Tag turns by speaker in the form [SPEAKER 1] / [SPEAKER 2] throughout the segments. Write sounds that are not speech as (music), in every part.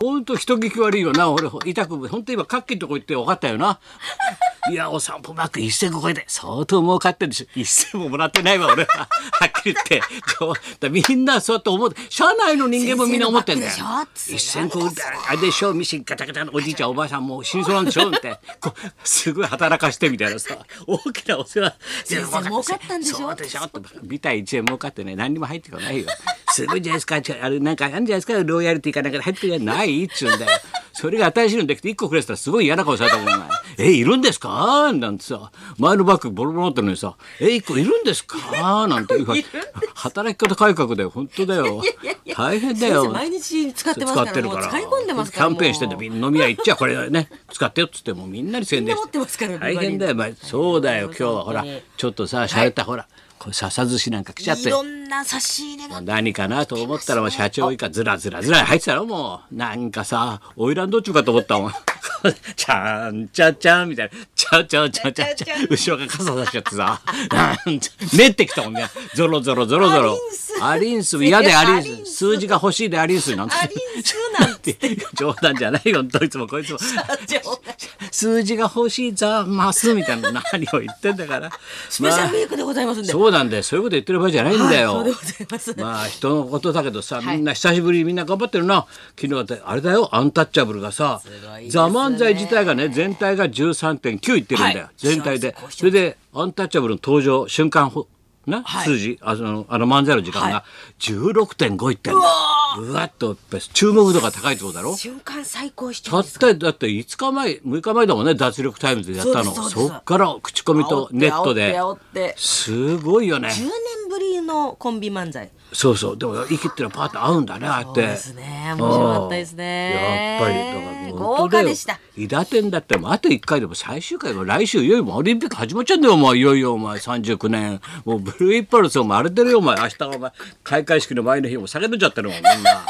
[SPEAKER 1] ほんと人聞き悪いよな俺痛くほんと今カッキーのとこ行って分かったよ
[SPEAKER 2] (laughs)
[SPEAKER 1] ないやお散歩バッグ1,000個超えて相当儲かってるでしょ1,000ももらってないわ俺ははっきり言ってそうだみんなそうやって思って社内の人間もみんな思ってんだよ
[SPEAKER 2] 先生の
[SPEAKER 1] 1,000
[SPEAKER 2] バッグでしょ
[SPEAKER 1] 個売ってあれでしょミシンガタガタのおじいちゃんおばあさんもう死にそうなんでしょってこうすごい働かしてみたいなさ大きなお世話
[SPEAKER 2] 先生儲かったんでしょ
[SPEAKER 1] そうでしょってビタ1円儲かってね何にも入ってこないよすごいじゃないですかちょあれなんかあるんじゃないですかロイヤリティかなんかで入ってるやつないっちゅうんだよそれが新しいのできて1個くれてたらすごい嫌な顔されたもんな「えいるんですか?」なんてさ前のバッグボロボロになってるのにさ「え1個いるんですか?」なんて言う (laughs) から働き方改革だよ本当だよ大変だよ
[SPEAKER 2] 先生毎日使ってます
[SPEAKER 1] 使
[SPEAKER 2] か
[SPEAKER 1] っ
[SPEAKER 2] ら
[SPEAKER 1] てるから
[SPEAKER 2] もう使い込んでますから
[SPEAKER 1] キャンペーンしてんだみんな飲み屋行っちゃこれね使ってよっつってもうみんなに宣伝して
[SPEAKER 2] みんな持ってますから
[SPEAKER 1] 大変だよ、まあ、そうだよ今日はほらちょっとさ洒落たほらこれ笹寿司なんか来ちゃっ
[SPEAKER 2] い
[SPEAKER 1] て
[SPEAKER 2] ろんな差し入れが
[SPEAKER 1] 何かなと思ったらまあ社長以下ずらずらずら入ってたろもうなんかさ花魁どっちゅうかと思ったもん (laughs) ちゃんちゃちゃんみたいなちゃちゃちゃちゃちゃ後ろが傘差しちゃってさなんちゃ練ってきたもんねゾロゾロゾロゾロアリンス嫌でアリンス
[SPEAKER 2] アリンス
[SPEAKER 1] 数字が欲しいでアリンスなんつっ
[SPEAKER 2] あ
[SPEAKER 1] て
[SPEAKER 2] りんす
[SPEAKER 1] (laughs)
[SPEAKER 2] なんて
[SPEAKER 1] 冗談じゃないよどいつもこいつも数字が欲しいざますみたいな何を言ってんだから
[SPEAKER 2] スペシャルウィークでございますんで
[SPEAKER 1] そうなんだよそういうこと言ってる場合じゃないんだよ、
[SPEAKER 2] そうでございます
[SPEAKER 1] まあ人のことだけどさ、みんな久しぶりにみんな頑張ってるな昨日はだあれだよアンタッチャブルがさ
[SPEAKER 2] ごいですね
[SPEAKER 1] ザ・漫才自体がね全体が13.9いってるんだよ、
[SPEAKER 2] はい
[SPEAKER 1] 全体で
[SPEAKER 2] そうです
[SPEAKER 1] それでアンタッチャブルの登場瞬間ほな、
[SPEAKER 2] はい
[SPEAKER 1] 数字あのあの漫才の時間が16.5いってんだよ、うわっとやっぱ注目度が高いってことだろ
[SPEAKER 2] 瞬間最高視
[SPEAKER 1] た
[SPEAKER 2] 聴
[SPEAKER 1] っ
[SPEAKER 2] 率
[SPEAKER 1] ただって5日前6日前だもんね脱力タイムズでやったの
[SPEAKER 2] そう
[SPEAKER 1] そ
[SPEAKER 2] ですそうです
[SPEAKER 1] っから口コミとネットで
[SPEAKER 2] 煽って煽って煽って
[SPEAKER 1] すごいよね
[SPEAKER 2] 10年ぶりのコンビ漫才
[SPEAKER 1] そうそうでも息ってのはパーッと合うんだねああやっ
[SPEAKER 2] そう
[SPEAKER 1] て
[SPEAKER 2] ですね面白かったです
[SPEAKER 1] や
[SPEAKER 2] ね
[SPEAKER 1] っぱりだから
[SPEAKER 2] 豪華でした
[SPEAKER 1] 伊達店だってもうあと1回でも最終回も来週いよいよもうオリンピック始まっちゃうんだよお前いよいよお前39年もうブルーインパルスも荒れてるよお前明日はお前開会式の前の日も酒飲んじゃってるもんみんな。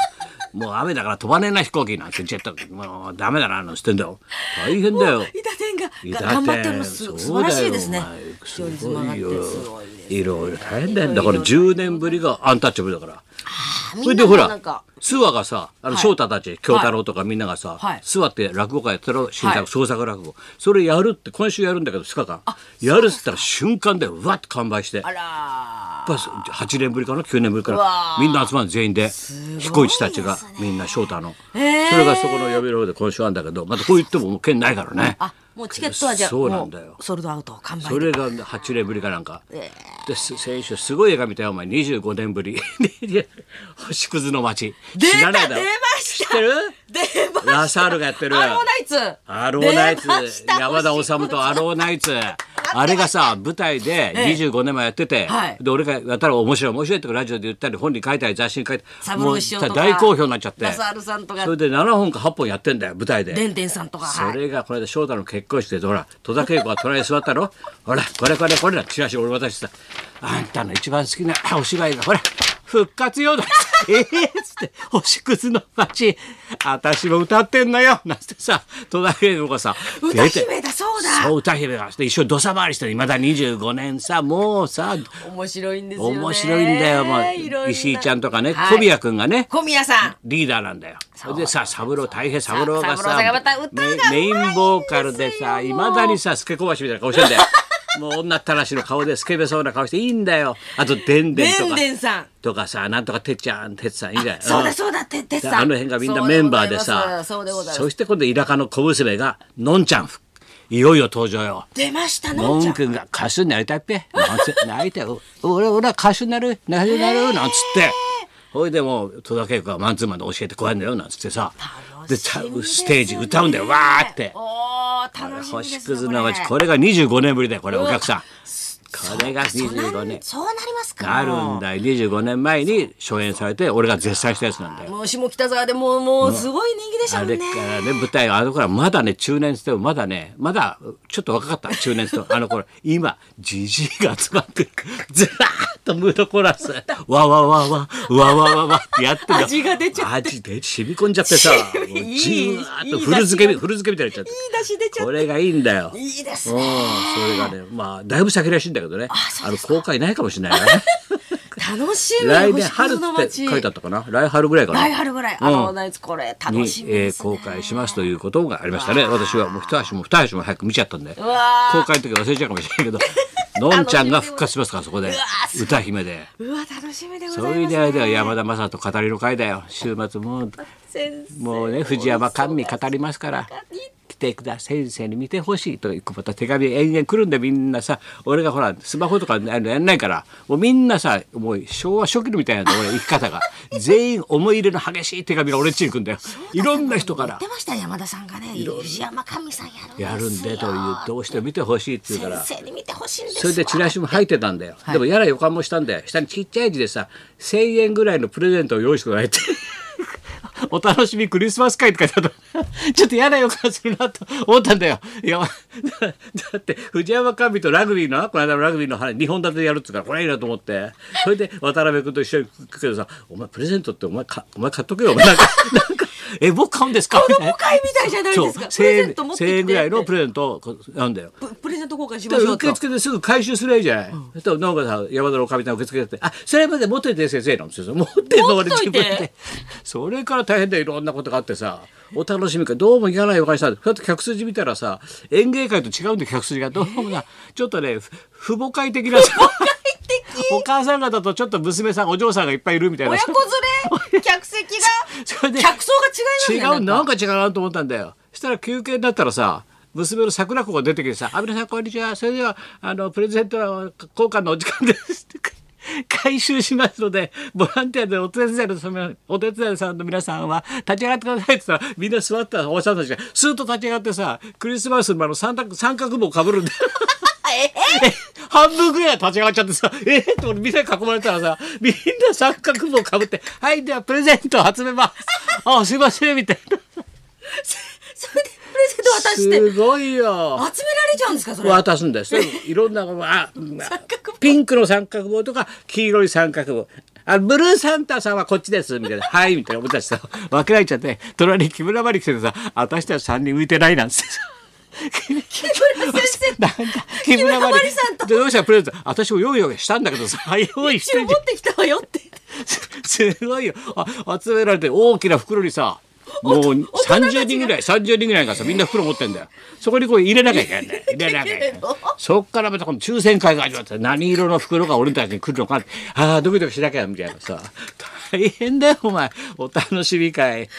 [SPEAKER 1] もう雨だから飛ばねえな飛行機なんてジェットもうダメだななんて言ってんだよ大変だよ
[SPEAKER 2] 板天が
[SPEAKER 1] 伊達
[SPEAKER 2] が頑張っておりますす素晴らしいですね
[SPEAKER 1] そ
[SPEAKER 2] 視
[SPEAKER 1] う
[SPEAKER 2] 聴
[SPEAKER 1] だよ
[SPEAKER 2] 率
[SPEAKER 1] お
[SPEAKER 2] も上が
[SPEAKER 1] 前
[SPEAKER 2] って
[SPEAKER 1] す
[SPEAKER 2] す
[SPEAKER 1] ごいよ
[SPEAKER 2] ごいです
[SPEAKER 1] いろいろ大変だよだから10年ぶりがアンタッチャブルだから
[SPEAKER 2] みんな
[SPEAKER 1] それでほ
[SPEAKER 2] なん
[SPEAKER 1] ら
[SPEAKER 2] か
[SPEAKER 1] 諏訪がさあの
[SPEAKER 2] はい
[SPEAKER 1] 翔太たち京太郎とかみんながさ
[SPEAKER 2] はい
[SPEAKER 1] 諏訪って落語家やってる新
[SPEAKER 2] は
[SPEAKER 1] 作
[SPEAKER 2] い
[SPEAKER 1] 創作落語それやるって今週やるんだけど2日間やるっつったら瞬間でうわっと完売して
[SPEAKER 2] あ
[SPEAKER 1] や
[SPEAKER 2] ら
[SPEAKER 1] っぱ8年ぶりかな9年ぶりか
[SPEAKER 2] うわ
[SPEAKER 1] な
[SPEAKER 2] ー
[SPEAKER 1] みんな集まる全員で彦市たちがみんな翔太のそれがそこの呼びの方で今週あるんだけどまたこう言ってももう券ないからね
[SPEAKER 2] あもうチケットはじゃあ
[SPEAKER 1] そうなんだよ
[SPEAKER 2] もうソールドアウト完
[SPEAKER 1] そ
[SPEAKER 2] 売
[SPEAKER 1] れが8年ぶりかなんか。です先週すごい映画見たよお前25年ぶり (laughs) で星屑の街
[SPEAKER 2] 出
[SPEAKER 1] 知ら
[SPEAKER 2] た
[SPEAKER 1] ないだ
[SPEAKER 2] 出ま
[SPEAKER 1] ろ
[SPEAKER 2] した
[SPEAKER 1] 知ってる
[SPEAKER 2] 出ました
[SPEAKER 1] ラサールがやってる
[SPEAKER 2] アローナイツ
[SPEAKER 1] アローナイツ
[SPEAKER 2] 出ました
[SPEAKER 1] 山田治とアローナイツあれがさ舞台で
[SPEAKER 2] ええ
[SPEAKER 1] 25年前やってて、
[SPEAKER 2] はい
[SPEAKER 1] で俺がやったら面白い面白いってラジオで言ったり本に書いたり雑誌に書いたり
[SPEAKER 2] サブロー師匠と
[SPEAKER 1] も
[SPEAKER 2] か
[SPEAKER 1] う大好評になっちゃって
[SPEAKER 2] ラサールさんとか
[SPEAKER 1] それで7本か8本やってんだよ舞台で
[SPEAKER 2] デンデンさんとか
[SPEAKER 1] そ
[SPEAKER 2] はい
[SPEAKER 1] れがこの間翔太の結婚式でほら戸田恵子が隣に座ったろほらこれこれこれだチラシ俺渡してさあんたの一番好きなあお芝居がほら復活よだええっつって (laughs) 「星屑の街私も歌ってんのよ」なんてさ戸田恵子がさ
[SPEAKER 2] 歌姫だそうだ
[SPEAKER 1] そう歌姫がして一緒に土佐回りしてるいまだ25年さもうさ
[SPEAKER 2] 面白いんですよね
[SPEAKER 1] 面白いんだよも
[SPEAKER 2] いろいうろ
[SPEAKER 1] 石井ちゃんとかね
[SPEAKER 2] はい
[SPEAKER 1] 小宮君がね
[SPEAKER 2] 小宮さん
[SPEAKER 1] リーダーなんだよ。それでさ、サブロー大変サブローが
[SPEAKER 2] サブロー
[SPEAKER 1] さ
[SPEAKER 2] さんがまた歌がうまいんですよ
[SPEAKER 1] メインボーカルでさ、
[SPEAKER 2] もう
[SPEAKER 1] いまだにさ、スケこばしみたいな顔して
[SPEAKER 2] (laughs)
[SPEAKER 1] んだよ。もう女ったらしの顔でスケベそうな顔していいんだよ。あと、でんでんと
[SPEAKER 2] デン
[SPEAKER 1] か。
[SPEAKER 2] デンさん
[SPEAKER 1] とかさ、なんとかてっちゃん、てつさんいいんじゃない
[SPEAKER 2] そうだ
[SPEAKER 1] ん
[SPEAKER 2] そうだててっ
[SPEAKER 1] で
[SPEAKER 2] さん
[SPEAKER 1] あの辺がみんなメンバーでさ、
[SPEAKER 2] そうでございますそうでございます
[SPEAKER 1] そして今度、田舎の小娘が、のんちゃん、いよいよ登場よ。
[SPEAKER 2] 出ましたの
[SPEAKER 1] の
[SPEAKER 2] んちゃ
[SPEAKER 1] ん
[SPEAKER 2] ん
[SPEAKER 1] くんが歌手になりたいっぺ。なんつ泣いて、俺、俺は歌手になる、なる、なる、なんつって。ほいでもう戸田恵子がマンツーマンで教えてこうやんだよなんつってさ
[SPEAKER 2] 楽
[SPEAKER 1] で
[SPEAKER 2] しみす
[SPEAKER 1] ス
[SPEAKER 2] ね
[SPEAKER 1] テージ歌うんだよわーって
[SPEAKER 2] おー楽しみですね
[SPEAKER 1] 星屑の街
[SPEAKER 2] これ
[SPEAKER 1] これが25年ぶりだよこれ
[SPEAKER 2] う
[SPEAKER 1] お
[SPEAKER 2] わ
[SPEAKER 1] 客さんこれが25年
[SPEAKER 2] そうなりますか
[SPEAKER 1] あるんだよ25年前に初演されて俺が絶賛したやつなんだよ
[SPEAKER 2] もう下北沢でもうもうすごい人気でし
[SPEAKER 1] あ
[SPEAKER 2] たもんね
[SPEAKER 1] れからね舞台はあの頃はまだね中年っつってもまだねまだちょっと若かった中年っつってもあの頃今じじいが集まってずらーっとムードコーラスわわわわわわわわってやってる
[SPEAKER 2] 味が出ちゃ
[SPEAKER 1] って味で染み込んじゃってさ
[SPEAKER 2] 染み
[SPEAKER 1] もう
[SPEAKER 2] (laughs) いい
[SPEAKER 1] じゅわーっと
[SPEAKER 2] いい
[SPEAKER 1] 古漬けみ
[SPEAKER 2] 出汁が
[SPEAKER 1] 古漬けみたいになっちゃって
[SPEAKER 2] いい出し出ちゃ
[SPEAKER 1] こ
[SPEAKER 2] っ
[SPEAKER 1] れがいいんだよ
[SPEAKER 2] ていいです
[SPEAKER 1] うん
[SPEAKER 2] ね (laughs)
[SPEAKER 1] それがねまあだいぶ先らしいんだけどねあの公開ないかもしれないわね
[SPEAKER 2] 楽楽しみ
[SPEAKER 1] 来年
[SPEAKER 2] 星
[SPEAKER 1] 春っ
[SPEAKER 2] 屑の
[SPEAKER 1] て
[SPEAKER 2] 街
[SPEAKER 1] 書いてあったかな来春ぐらいかな
[SPEAKER 2] 来春ぐらい、あのナイツこ
[SPEAKER 1] に
[SPEAKER 2] れ楽し、み
[SPEAKER 1] え
[SPEAKER 2] で
[SPEAKER 1] ー
[SPEAKER 2] す
[SPEAKER 1] 公
[SPEAKER 2] ね、
[SPEAKER 1] 開しますということがありましたね私はもう一足も二足も早く見ちゃったんで
[SPEAKER 2] うわー
[SPEAKER 1] 公開の時忘れちゃうかもしれないけど
[SPEAKER 2] (laughs)
[SPEAKER 1] のんちゃんが復活しますからそこで
[SPEAKER 2] うわーす
[SPEAKER 1] 歌姫で
[SPEAKER 2] うわ楽しみでござ
[SPEAKER 1] そ
[SPEAKER 2] います、ね、
[SPEAKER 1] ういう出会いでは山田雅人語りの会だよ週末もう
[SPEAKER 2] 先生
[SPEAKER 1] もうね藤山甘味語りますから
[SPEAKER 2] り
[SPEAKER 1] 来てくだ先生に見てほしいとかまた手紙延々来るんでみんなさ俺がほらスマホとかあのやんないからもうみんなさもう昭和初期のみたいなんだ俺生き方が全員思い入れの激しい手紙が俺っちに来るんだよいろんな人から
[SPEAKER 2] 言ってました山田さんがね藤山神さんやるんですよ
[SPEAKER 1] やるんでというどうしても見てほしいっていうから
[SPEAKER 2] 先生に見てほしいんです
[SPEAKER 1] それでチラシも入ってたんだよ、
[SPEAKER 2] はい
[SPEAKER 1] でもやら予感もしたんだよ下にちっちゃい字でさ1,000円ぐらいのプレゼントを用意してもらえて (laughs) お楽しみクリスマス会って書いてあったちょっと嫌な予感するなと思ったんだよいやだだって藤山甘美とラグビーのこの間のラグビーの話2本立てでやるっつうからこれはいいなと思ってそれで渡辺君と一緒に行くけどさ「お前プレゼントってお前かお前買っとけよ」なんかなん (laughs) か「え僕買うんですか?」みたいな
[SPEAKER 2] 子会みたいじゃないですか
[SPEAKER 1] そう
[SPEAKER 2] プレゼント持ってきて
[SPEAKER 1] 1,000円ぐらいのプレゼントをこうなんだよ
[SPEAKER 2] ププレゼント交換し
[SPEAKER 1] だ
[SPEAKER 2] ま
[SPEAKER 1] か
[SPEAKER 2] し
[SPEAKER 1] ら
[SPEAKER 2] ょう
[SPEAKER 1] 受
[SPEAKER 2] と
[SPEAKER 1] 付ですぐ回収すればいいじゃない。そしたらなんかさ山田のおかみさん受付やって「あそれまで持ってて先生」なんですよ持ってんの俺
[SPEAKER 2] 持っと
[SPEAKER 1] 自分
[SPEAKER 2] いて
[SPEAKER 1] で。それから大変でいろんなことがあってさお楽しみかどうもいかないおかしさふと客筋見たらさ演芸会と違うんで客筋がどうもなちょっとねふ父母会的なさお母さん方とちょっと娘さんお嬢さんがいっぱいいるみたいな
[SPEAKER 2] (laughs) 親子連れ客席が
[SPEAKER 1] (laughs) それで
[SPEAKER 2] 客層が違いますね
[SPEAKER 1] 違うなん
[SPEAKER 2] か
[SPEAKER 1] か違うなと思ったんだよしたら休憩になったらさ娘の桜子が出てきてさ「阿部さんこんにちはそれではあのプレゼント交換のお時間です」って (laughs) 回収しますのでボランティアでお手伝いのそのお手伝いさんの皆さんは立ち上がってくださいって言ったらみんな座ったおばさんたちがスーッと立ち上がってさクリスマスのあの三角三角帽をかぶるん (laughs) だよ。
[SPEAKER 2] え (laughs)
[SPEAKER 1] 半分ぐらいは立ち上がっちゃってさ、えー、って俺みんなに囲まれたらさ、みんな三角帽かぶって、はい、ではプレゼント集めます。あ、すいません、みたいな。
[SPEAKER 2] それでプレゼント渡して集めら
[SPEAKER 1] すごいよ。
[SPEAKER 2] れちゃうんですかそ (laughs) れ
[SPEAKER 1] 渡すんです。いろんな、
[SPEAKER 2] (laughs)
[SPEAKER 1] あ、
[SPEAKER 2] 角
[SPEAKER 1] ピンクの三角帽とか、黄色い三角帽。あブルーサンタさんはこっちですみ
[SPEAKER 2] (laughs)
[SPEAKER 1] たいな「はい」みたいな俺たちさ分けられちゃって隣に木村まり来てさ「私たち3人浮いてない」
[SPEAKER 2] (laughs)
[SPEAKER 1] なんつってさ
[SPEAKER 2] 木村先生
[SPEAKER 1] なんか木村ま
[SPEAKER 2] 木村ま
[SPEAKER 1] り
[SPEAKER 2] りさんと
[SPEAKER 1] どうしたプレゼント私も用意をしたんだけどさ用意し
[SPEAKER 2] 一
[SPEAKER 1] て
[SPEAKER 2] 応
[SPEAKER 1] ん
[SPEAKER 2] 持 (laughs)
[SPEAKER 1] じゃん
[SPEAKER 2] ってきたわよって
[SPEAKER 1] すごいよあ集められて大きな袋にさもう
[SPEAKER 2] おと大人たちが
[SPEAKER 1] 30人ぐらい30人ぐらいがさみんな袋持ってんだよそこにこれ入れなきゃいけないんだよ入れなきゃいけ
[SPEAKER 2] 入れ
[SPEAKER 1] な
[SPEAKER 2] る
[SPEAKER 1] い
[SPEAKER 2] の
[SPEAKER 1] そっからまたこの抽選会が始まって何色の袋が俺たちに来るのかああドキドキしなきゃみたいなさ大変だよお前お楽しみ会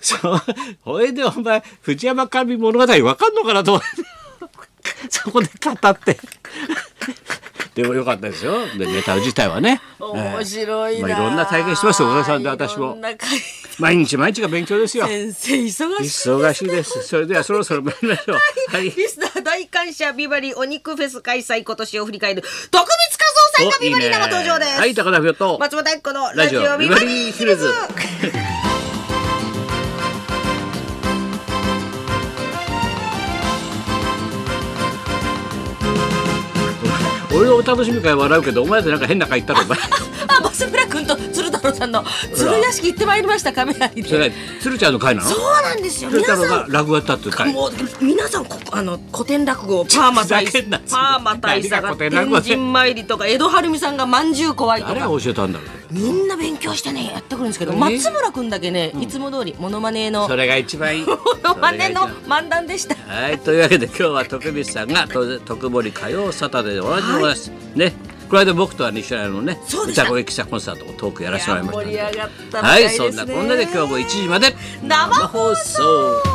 [SPEAKER 1] そうほいでお前藤山神物語わかんのかなと思ってそこで語ってでもよかったですよでネタ自体はね
[SPEAKER 2] 面白いな、
[SPEAKER 1] まあいろんな体験してますよ小田さんで私も
[SPEAKER 2] いろんな体
[SPEAKER 1] 毎日毎日が勉強ですよ。
[SPEAKER 2] 先生忙しい
[SPEAKER 1] 忙しいです。それではそろそろ参りましょう。はい。
[SPEAKER 2] リスナー大感謝ビバリーお肉フェス開催今年を振り返る特別感想祭が
[SPEAKER 1] おい
[SPEAKER 2] ビ
[SPEAKER 1] い
[SPEAKER 2] バ
[SPEAKER 1] ね
[SPEAKER 2] リー生登場です
[SPEAKER 1] はい、高田不と。
[SPEAKER 2] 松本明子の
[SPEAKER 1] ラ
[SPEAKER 2] ラ
[SPEAKER 1] ジ
[SPEAKER 2] ジ
[SPEAKER 1] オ
[SPEAKER 2] オ
[SPEAKER 1] ビ
[SPEAKER 2] ビ
[SPEAKER 1] バ
[SPEAKER 2] バ
[SPEAKER 1] リ
[SPEAKER 2] リ
[SPEAKER 1] ーヒ
[SPEAKER 2] ーヒ
[SPEAKER 1] ル
[SPEAKER 2] ル
[SPEAKER 1] ズ
[SPEAKER 2] ズ
[SPEAKER 1] 俺のお楽しみ会は笑うけど、お前だってなんか変な会行ったろ、お前。
[SPEAKER 2] あ、バス村君と鶴太郎さんの鶴屋敷行ってまいりました亀有で
[SPEAKER 1] それ、鶴ちゃんの会なの。
[SPEAKER 2] そうなんですよ
[SPEAKER 1] 鶴
[SPEAKER 2] 皆
[SPEAKER 1] 太郎
[SPEAKER 2] さ
[SPEAKER 1] が落語やったっていう会
[SPEAKER 2] ん。もう皆さんこあの古典落語パーマ大
[SPEAKER 1] ふざけんな
[SPEAKER 2] パーマ大佐
[SPEAKER 1] 何が
[SPEAKER 2] が
[SPEAKER 1] 古典落語
[SPEAKER 2] 天
[SPEAKER 1] で
[SPEAKER 2] 神参りとか江戸晴美さんがまんじゅう怖いと
[SPEAKER 1] 誰が
[SPEAKER 2] か
[SPEAKER 1] 教えたんだろう。
[SPEAKER 2] みんな勉強してねやってくるんですけど
[SPEAKER 1] え
[SPEAKER 2] 松村君だけねいつも通りモノマネの
[SPEAKER 1] それが一番いい。
[SPEAKER 2] モノ (laughs) マネの
[SPEAKER 1] それが一番
[SPEAKER 2] 漫談でした
[SPEAKER 1] はい、というわけで今日は徳光さんがと徳森火曜サタデーでおなじみです、ねこの間僕とは西成のね
[SPEAKER 2] そうでした
[SPEAKER 1] 歌声記者コンサートをトークやらせてもらいましたんで
[SPEAKER 2] いや盛り上がったみ
[SPEAKER 1] は
[SPEAKER 2] たい
[SPEAKER 1] い
[SPEAKER 2] ですね
[SPEAKER 1] そんなこんなで今日も1時まで
[SPEAKER 2] 生放
[SPEAKER 1] 送